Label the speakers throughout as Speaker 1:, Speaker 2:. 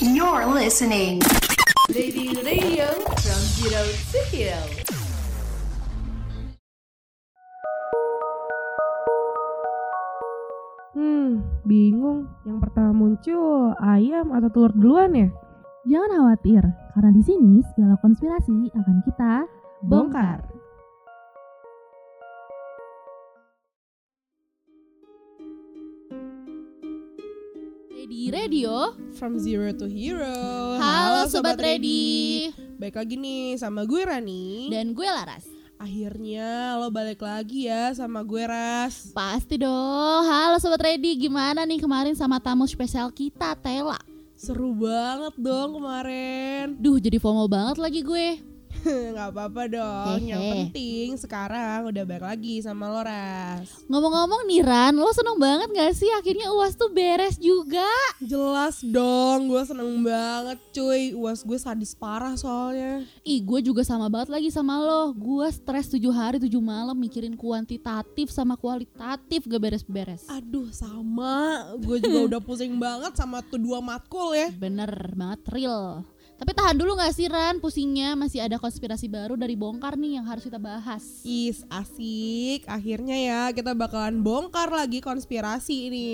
Speaker 1: You're listening.
Speaker 2: Lady Radio from Zero to Hero.
Speaker 3: Hmm, bingung. Yang pertama muncul ayam atau telur duluan ya?
Speaker 4: Jangan khawatir, karena di sini segala konspirasi akan kita bongkar. Ready Radio,
Speaker 3: From Zero to Hero.
Speaker 4: halo Sobat Ready
Speaker 3: Baik lagi nih sama gue Rani.
Speaker 4: Dan gue Laras
Speaker 3: Akhirnya lo balik lagi ya sama gue Ras.
Speaker 4: Pasti dong, halo Sobat Ready Gimana nih kemarin sama tamu spesial kita, Tela?
Speaker 3: Seru banget dong kemarin.
Speaker 4: Duh jadi FOMO banget lagi gue
Speaker 3: Gak apa-apa dong. Yang
Speaker 4: Hehe.
Speaker 3: penting sekarang udah balik lagi sama lo Ras.
Speaker 4: Ngomong-ngomong nih Ran, lo seneng banget gak sih akhirnya uas tuh beres juga?
Speaker 3: Jelas dong, gue seneng banget cuy. Uas gue sadis parah soalnya.
Speaker 4: Ih gue juga sama banget lagi sama lo Gue stres 7 hari 7 malam mikirin kuantitatif sama kualitatif gak beres-beres
Speaker 3: Aduh sama, gue juga udah pusing banget sama tuh dua matkul ya.
Speaker 4: Bener banget real Tapi tahan dulu gak sih Ran pusingnya Masih ada konspirasi baru dari bongkar nih yang harus kita bahas
Speaker 3: Is asik, akhirnya ya kita bakalan bongkar lagi konspirasi ini.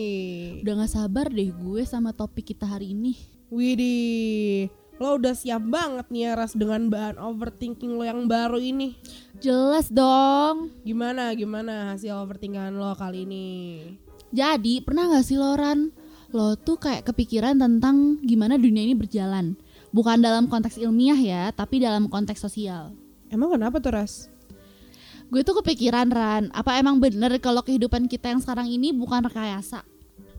Speaker 4: Udah gak sabar deh gue sama topik kita hari ini
Speaker 3: Widih, lo udah siap banget nih ya Ras dengan bahan overthinking lo yang baru ini.
Speaker 4: Jelas dong
Speaker 3: Gimana, gimana hasil overthinkingan lo kali ini?
Speaker 4: Jadi pernah gak sih lo Ran Lo tuh kayak kepikiran tentang gimana dunia ini berjalan Bukan dalam konteks ilmiah ya Tapi dalam konteks sosial
Speaker 3: Emang kenapa tuh Ras?
Speaker 4: Gue tuh kepikiran Ran, apa emang bener kalau kehidupan kita yang sekarang ini bukan rekayasa?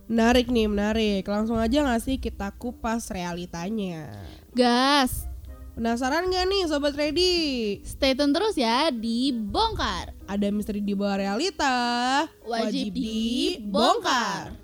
Speaker 3: Menarik nih, menarik. Langsung aja gak sih kita kupas realitanya.
Speaker 4: Gas,
Speaker 3: Penasaran gak nih Sobat Ready?
Speaker 4: stay tune terus ya di Bongkar.
Speaker 3: Ada misteri di bawah realita,
Speaker 4: Wajib dibongkar.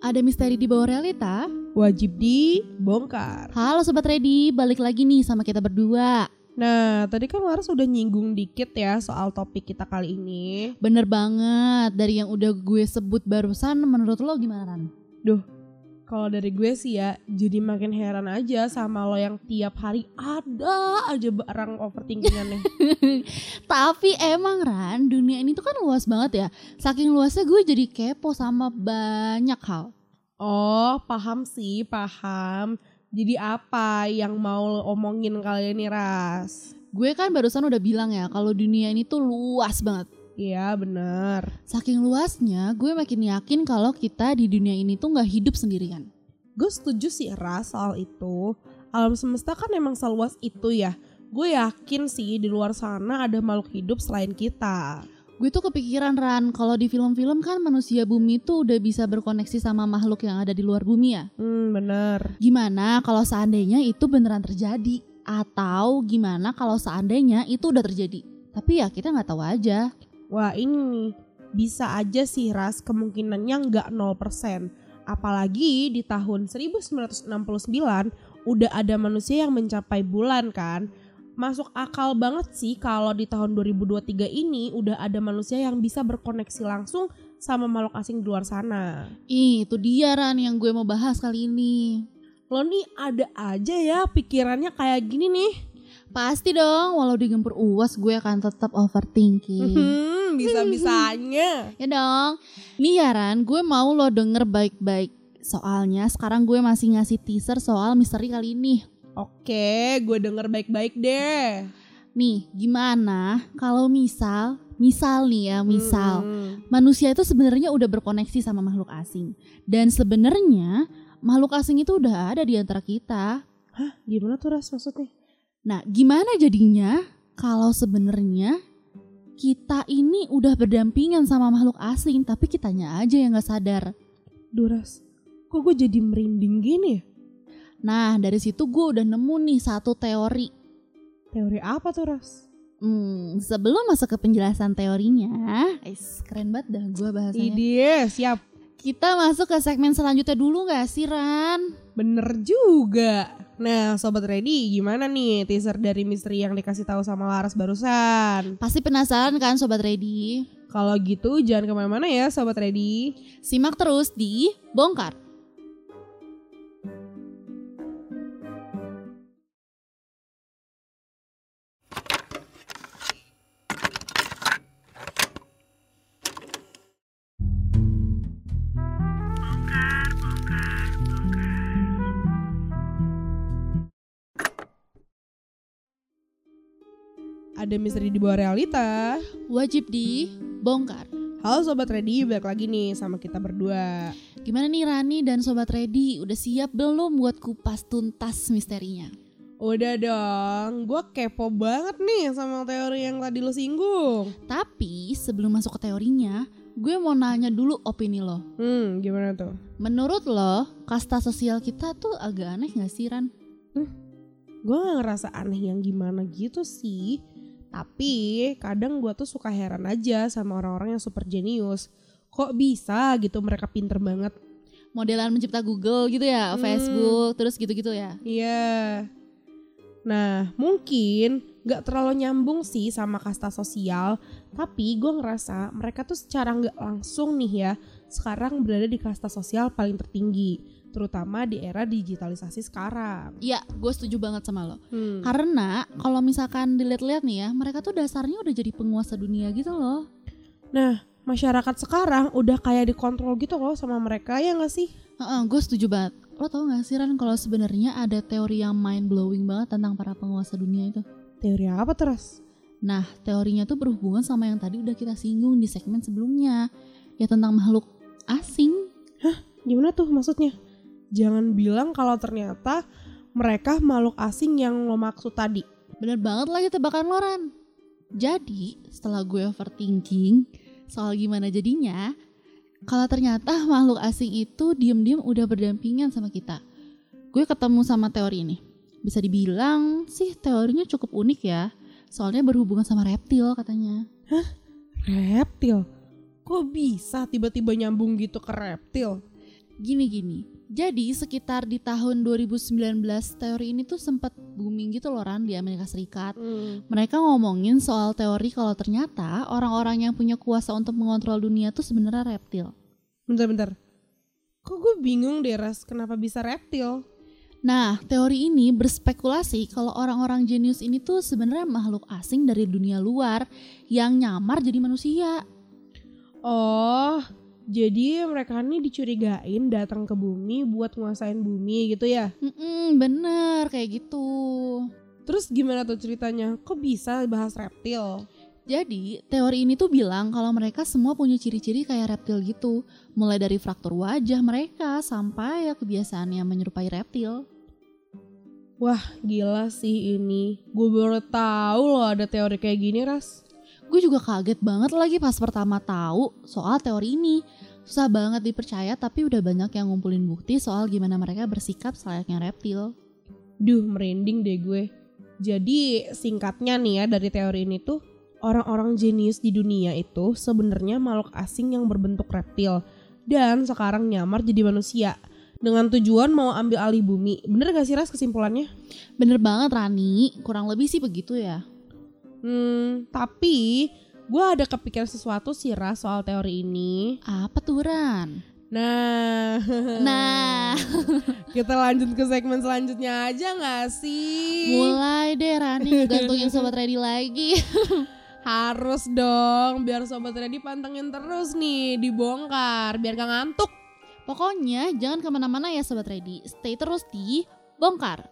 Speaker 4: Ada misteri di bawah realita.
Speaker 3: Wajib dibongkar.
Speaker 4: Halo Sobat Ready, balik lagi nih sama kita berdua.
Speaker 3: Nah, tadi kan Laras udah nyinggung dikit ya soal topik kita kali ini.
Speaker 4: Bener banget, dari yang udah gue sebut barusan menurut lo gimana Ran?
Speaker 3: Kalau dari gue sih ya, jadi makin heran aja sama lo yang tiap hari ada aja barang overthinkingannya.
Speaker 4: Tapi emang Ran, dunia ini tuh kan luas banget ya. Saking luasnya gue jadi kepo sama banyak hal.
Speaker 3: oh, paham sih, paham. Jadi apa yang mau lo omongin kali ini, Ras?
Speaker 4: Gue kan barusan udah bilang ya kalau dunia ini tuh luas banget.
Speaker 3: Iya, bener.
Speaker 4: Saking luasnya, gue makin yakin kalau kita di dunia ini tuh nggak hidup sendirian.
Speaker 3: Gue setuju sih Ras soal itu. Alam semesta kan emang seluas itu ya. Gue yakin sih di luar sana ada makhluk hidup selain kita.
Speaker 4: Gue tuh kepikiran Ran, kalau di film-film kan manusia bumi tuh udah bisa berkoneksi sama makhluk yang ada di luar bumi ya.
Speaker 3: Hmm, bener.
Speaker 4: Gimana kalau seandainya itu beneran terjadi? Atau gimana kalau seandainya itu udah terjadi? Tapi ya kita nggak tahu aja.
Speaker 3: Wah ini nih, bisa aja sih Ras kemungkinannya nggak 0%. Apalagi di tahun 1969 udah ada manusia yang mencapai bulan kan. Masuk akal banget sih kalau di tahun 2023 ini udah ada manusia yang bisa berkoneksi langsung sama makhluk asing di luar sana.
Speaker 4: Ih, itu dia Ran yang gue mau bahas kali ini.
Speaker 3: lo nih ada aja ya pikirannya kayak gini nih.
Speaker 4: Pasti dong, walau digempur uas gue akan tetap overthinking.
Speaker 3: Hmm, bisa-bisanya.
Speaker 4: ya dong. Nih ya Ran, gue mau lo denger baik-baik. Soalnya sekarang gue masih ngasih teaser soal misteri kali ini.
Speaker 3: Oke, gue denger baik-baik deh.
Speaker 4: Nih, gimana kalau misal, misal nih ya, misal
Speaker 3: Hmm.
Speaker 4: manusia itu sebenarnya udah berkoneksi sama makhluk asing. Dan sebenarnya makhluk asing itu udah ada di antara kita.
Speaker 3: Gimana tuh Ras maksudnya?
Speaker 4: Nah, gimana jadinya kalau sebenarnya kita ini udah berdampingan sama makhluk asing, tapi kitanya aja yang nggak sadar.
Speaker 3: Duh Ras, kok gue jadi merinding gini ya?
Speaker 4: Nah, dari situ gue udah nemu nih satu teori.
Speaker 3: Teori apa tuh Ras?
Speaker 4: Hmm, sebelum masuk ke penjelasan teorinya, Ais, keren banget dah gue bahasanya.
Speaker 3: Ide, siap.
Speaker 4: Kita masuk ke segmen selanjutnya dulu gak sih Ran?
Speaker 3: Bener juga. Nah, sobat ready, gimana nih teaser dari misteri yang dikasih tahu sama Laras barusan?
Speaker 4: Pasti penasaran kan Sobat Ready?
Speaker 3: Kalau gitu jangan kemana-mana ya, sobat ready.
Speaker 4: Simak terus di Bongkar.
Speaker 3: Ada misteri di bawah realita.
Speaker 4: Wajib di Bongkar.
Speaker 3: Halo sobat ready, balik lagi nih sama kita berdua.
Speaker 4: Gimana nih Rani dan Sobat Ready? Udah siap belum buat kupas tuntas misterinya?
Speaker 3: Udah dong, gue kepo banget nih sama teori yang tadi lo singgung.
Speaker 4: Tapi sebelum masuk ke teorinya, gue mau nanya dulu opini lo.
Speaker 3: Hmm, gimana tuh?
Speaker 4: Menurut lo, kasta sosial kita tuh agak aneh gak sih Ran?
Speaker 3: Gue gak ngerasa aneh yang gimana gitu sih. Tapi kadang gue tuh suka heran aja sama orang-orang yang super jenius. Kok bisa gitu mereka pinter banget?
Speaker 4: Modelan mencipta Google gitu ya,
Speaker 3: Hmm.
Speaker 4: Facebook, terus gitu-gitu ya.
Speaker 3: Iya. Nah, mungkin gak terlalu nyambung sih sama kasta sosial. Tapi gue ngerasa mereka tuh secara nggak langsung nih ya. Sekarang berada di kasta sosial paling tertinggi. Terutama di era digitalisasi sekarang.
Speaker 4: Iya, gue setuju banget sama lo.
Speaker 3: Hmm.
Speaker 4: Karena kalau misalkan dilihat-lihat nih ya, mereka tuh dasarnya udah jadi penguasa dunia gitu loh.
Speaker 3: Masyarakat sekarang udah kayak dikontrol gitu loh sama mereka ya gak sih?
Speaker 4: Heeh, gue setuju banget. Lo tau gak sih Ran kalau sebenarnya ada teori yang mind blowing banget tentang para penguasa dunia itu?
Speaker 3: Teori apa terus?
Speaker 4: Nah, teorinya tuh berhubungan sama yang tadi udah kita singgung di segmen sebelumnya, ya tentang makhluk asing.
Speaker 3: Gimana tuh maksudnya? Jangan bilang kalau ternyata mereka makhluk asing yang lo maksud tadi.
Speaker 4: Bener banget lagi tebakan Loran. Jadi, setelah gue overthinking soal gimana jadinya, kalau ternyata makhluk asing itu diem-diem udah berdampingan sama kita. Gue ketemu sama teori ini. Bisa dibilang sih teorinya cukup unik ya. Soalnya berhubungan sama reptil katanya.
Speaker 3: Reptil? Kok bisa tiba-tiba nyambung gitu ke reptil?
Speaker 4: Gini-gini. Jadi sekitar di tahun 2019 teori ini tuh sempat booming gitu loh Ran di Amerika Serikat.
Speaker 3: Hmm.
Speaker 4: Mereka ngomongin soal teori kalau ternyata orang-orang yang punya kuasa untuk mengontrol dunia tuh sebenarnya reptil.
Speaker 3: Bentar-bentar. Kok gue bingung deh, Ras, kenapa bisa reptil?
Speaker 4: Nah, teori ini berspekulasi kalau orang-orang jenius ini tuh sebenarnya makhluk asing dari dunia luar yang nyamar jadi manusia.
Speaker 3: Oh, jadi mereka ini dicurigain datang ke bumi buat nguasain bumi gitu ya?
Speaker 4: Mm-mm, bener kayak gitu.
Speaker 3: Terus gimana tuh ceritanya? Kok bisa bahas reptil?
Speaker 4: Jadi, teori ini tuh bilang kalau mereka semua punya ciri-ciri kayak reptil gitu. Mulai dari fraktur wajah mereka sampai ya kebiasaannya menyerupai reptil.
Speaker 3: Gila sih ini. Gue baru tahu loh ada teori kayak gini, Ras.
Speaker 4: Gue juga kaget banget lagi pas pertama tahu soal teori ini. Susah banget dipercaya tapi udah banyak yang ngumpulin bukti soal gimana mereka bersikap selayaknya reptil.
Speaker 3: Duh, merinding deh gue. Jadi singkatnya nih ya dari teori ini tuh orang-orang jenius di dunia itu sebenarnya makhluk asing yang berbentuk reptil dan sekarang nyamar jadi manusia dengan tujuan mau ambil alih bumi. Bener gak sih Ras kesimpulannya?
Speaker 4: Bener banget Rani, kurang lebih sih begitu ya.
Speaker 3: Hmm, tapi gue ada kepikiran sesuatu sih Ras soal teori ini.
Speaker 4: Apa tuh Ran?
Speaker 3: Nah,
Speaker 4: Nah,
Speaker 3: kita lanjut ke segmen selanjutnya aja gak sih?
Speaker 4: mulai deh Rani ngegantungin Sobat Ready lagi.
Speaker 3: Harus dong, biar Sobat Ready pantengin terus nih, dibongkar, biar gak ngantuk.
Speaker 4: Pokoknya jangan kemana-mana ya Sobat Ready, stay terus di Bongkar.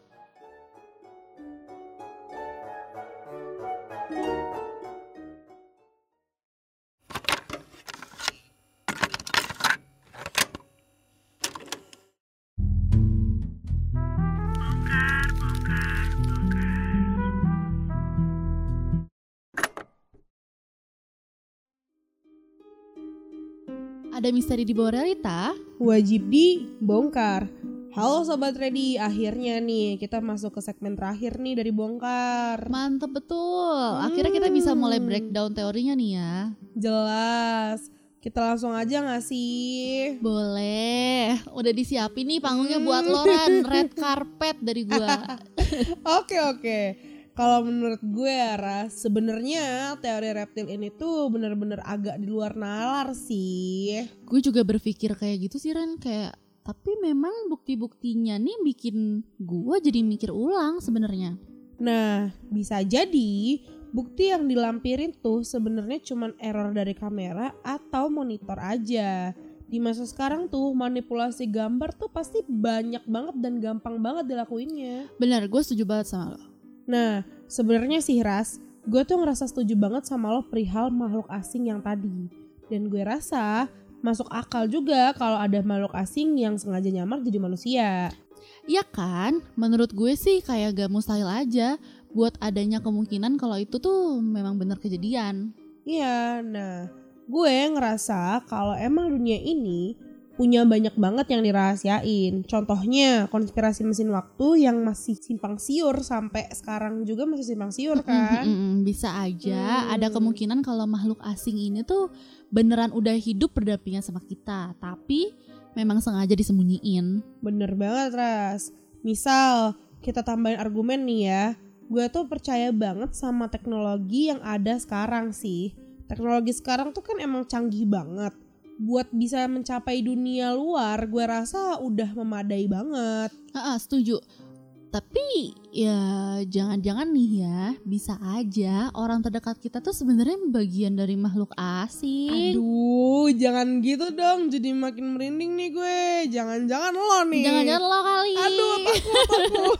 Speaker 4: Ada misteri di bawah realita,
Speaker 3: Wajib dibongkar. Halo Sobat Ready, akhirnya nih kita masuk ke segmen terakhir nih dari Bongkar
Speaker 4: Mantep betul. Akhirnya kita bisa mulai breakdown teorinya nih ya.
Speaker 3: Jelas, kita langsung aja gak sih?
Speaker 4: Boleh. Udah disiapin nih panggungnya buat Loran. Red carpet dari gua.
Speaker 3: Oke oke. Kalau menurut gue Ras, sebenarnya teori reptil ini tuh bener-bener agak di luar nalar sih.
Speaker 4: gue juga berpikir kayak gitu sih Ren. Kayak tapi memang bukti-buktinya nih bikin gua jadi mikir ulang sebenarnya.
Speaker 3: Nah, bisa jadi bukti yang dilampirin tuh sebenarnya cuman error dari kamera atau monitor aja. Di masa sekarang tuh manipulasi gambar tuh pasti banyak banget dan gampang banget dilakuinnya.
Speaker 4: Bener, gue setuju banget sama lo.
Speaker 3: Nah, sebenarnya sih Ras, gue tuh ngerasa setuju banget sama lo perihal makhluk asing yang tadi. Dan gue rasa masuk akal juga kalau ada makhluk asing yang sengaja nyamar jadi manusia.
Speaker 4: Iya kan? Menurut gue sih kayak gak mustahil aja buat adanya kemungkinan kalau itu tuh memang benar kejadian.
Speaker 3: Iya, nah gue ngerasa kalau emang dunia ini punya banyak banget yang dirahasiain. Contohnya konspirasi mesin waktu yang masih simpang siur sampai sekarang juga masih simpang siur kan.
Speaker 4: Mm-mm, bisa aja
Speaker 3: Hmm.
Speaker 4: ada kemungkinan kalau makhluk asing ini tuh beneran udah hidup berdampingan sama kita, tapi memang sengaja disembunyiin.
Speaker 3: Bener banget Ras. Misal kita tambahin argumen nih ya. Gue tuh percaya banget sama teknologi yang ada sekarang sih. Teknologi sekarang tuh kan emang canggih banget. Buat bisa mencapai dunia luar, gue rasa udah memadai banget.
Speaker 4: Ah, ah, setuju. Tapi ya jangan-jangan nih ya, bisa aja orang terdekat kita tuh sebenarnya bagian dari makhluk asing.
Speaker 3: Aduh, jangan gitu dong. Jadi makin merinding nih gue. Jangan-jangan lo nih.
Speaker 4: Jangan-jangan lo kali.
Speaker 3: Aduh, apa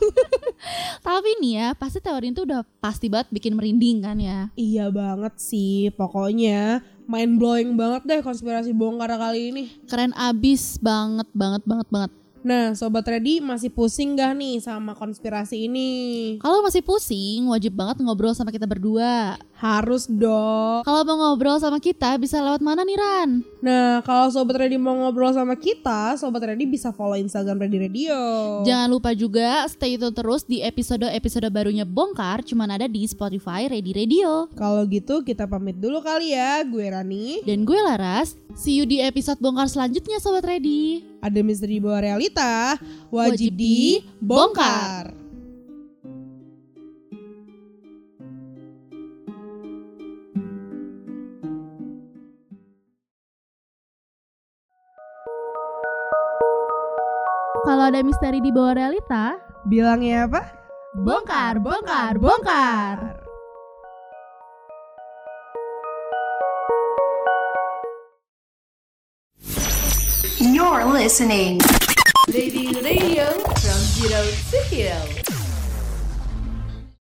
Speaker 4: Tapi nih ya, pasti teori itu udah pasti banget bikin merinding kan ya.
Speaker 3: Iya banget sih. Pokoknya mind blowing banget deh konspirasi bongkar kali ini.
Speaker 4: Keren abis banget banget banget banget.
Speaker 3: Nah, sobat ready masih pusing gak nih sama konspirasi ini?
Speaker 4: Kalau masih pusing, wajib banget ngobrol sama kita berdua.
Speaker 3: Harus dong.
Speaker 4: Kalau mau ngobrol sama kita bisa lewat mana nih Ran?
Speaker 3: Nah, kalau sobat ready mau ngobrol sama kita, sobat ready bisa follow Instagram Ready Radio.
Speaker 4: Jangan lupa juga stay tune terus di episode-episode barunya Bongkar cuman ada di Spotify Ready Radio.
Speaker 3: Kalau gitu kita pamit dulu kali ya. Gue Rani.
Speaker 4: Dan gue Laras, see you di episode Bongkar selanjutnya Sobat Ready.
Speaker 3: Ada misteri di bawah realita.
Speaker 4: Wajib
Speaker 3: Wajib dibongkar.
Speaker 4: dibongkar. Kalau ada misteri di bawah realita,
Speaker 3: Bilangnya apa?
Speaker 4: Bongkar, bongkar, bongkar.
Speaker 1: You're listening.
Speaker 2: Lady Radio from zero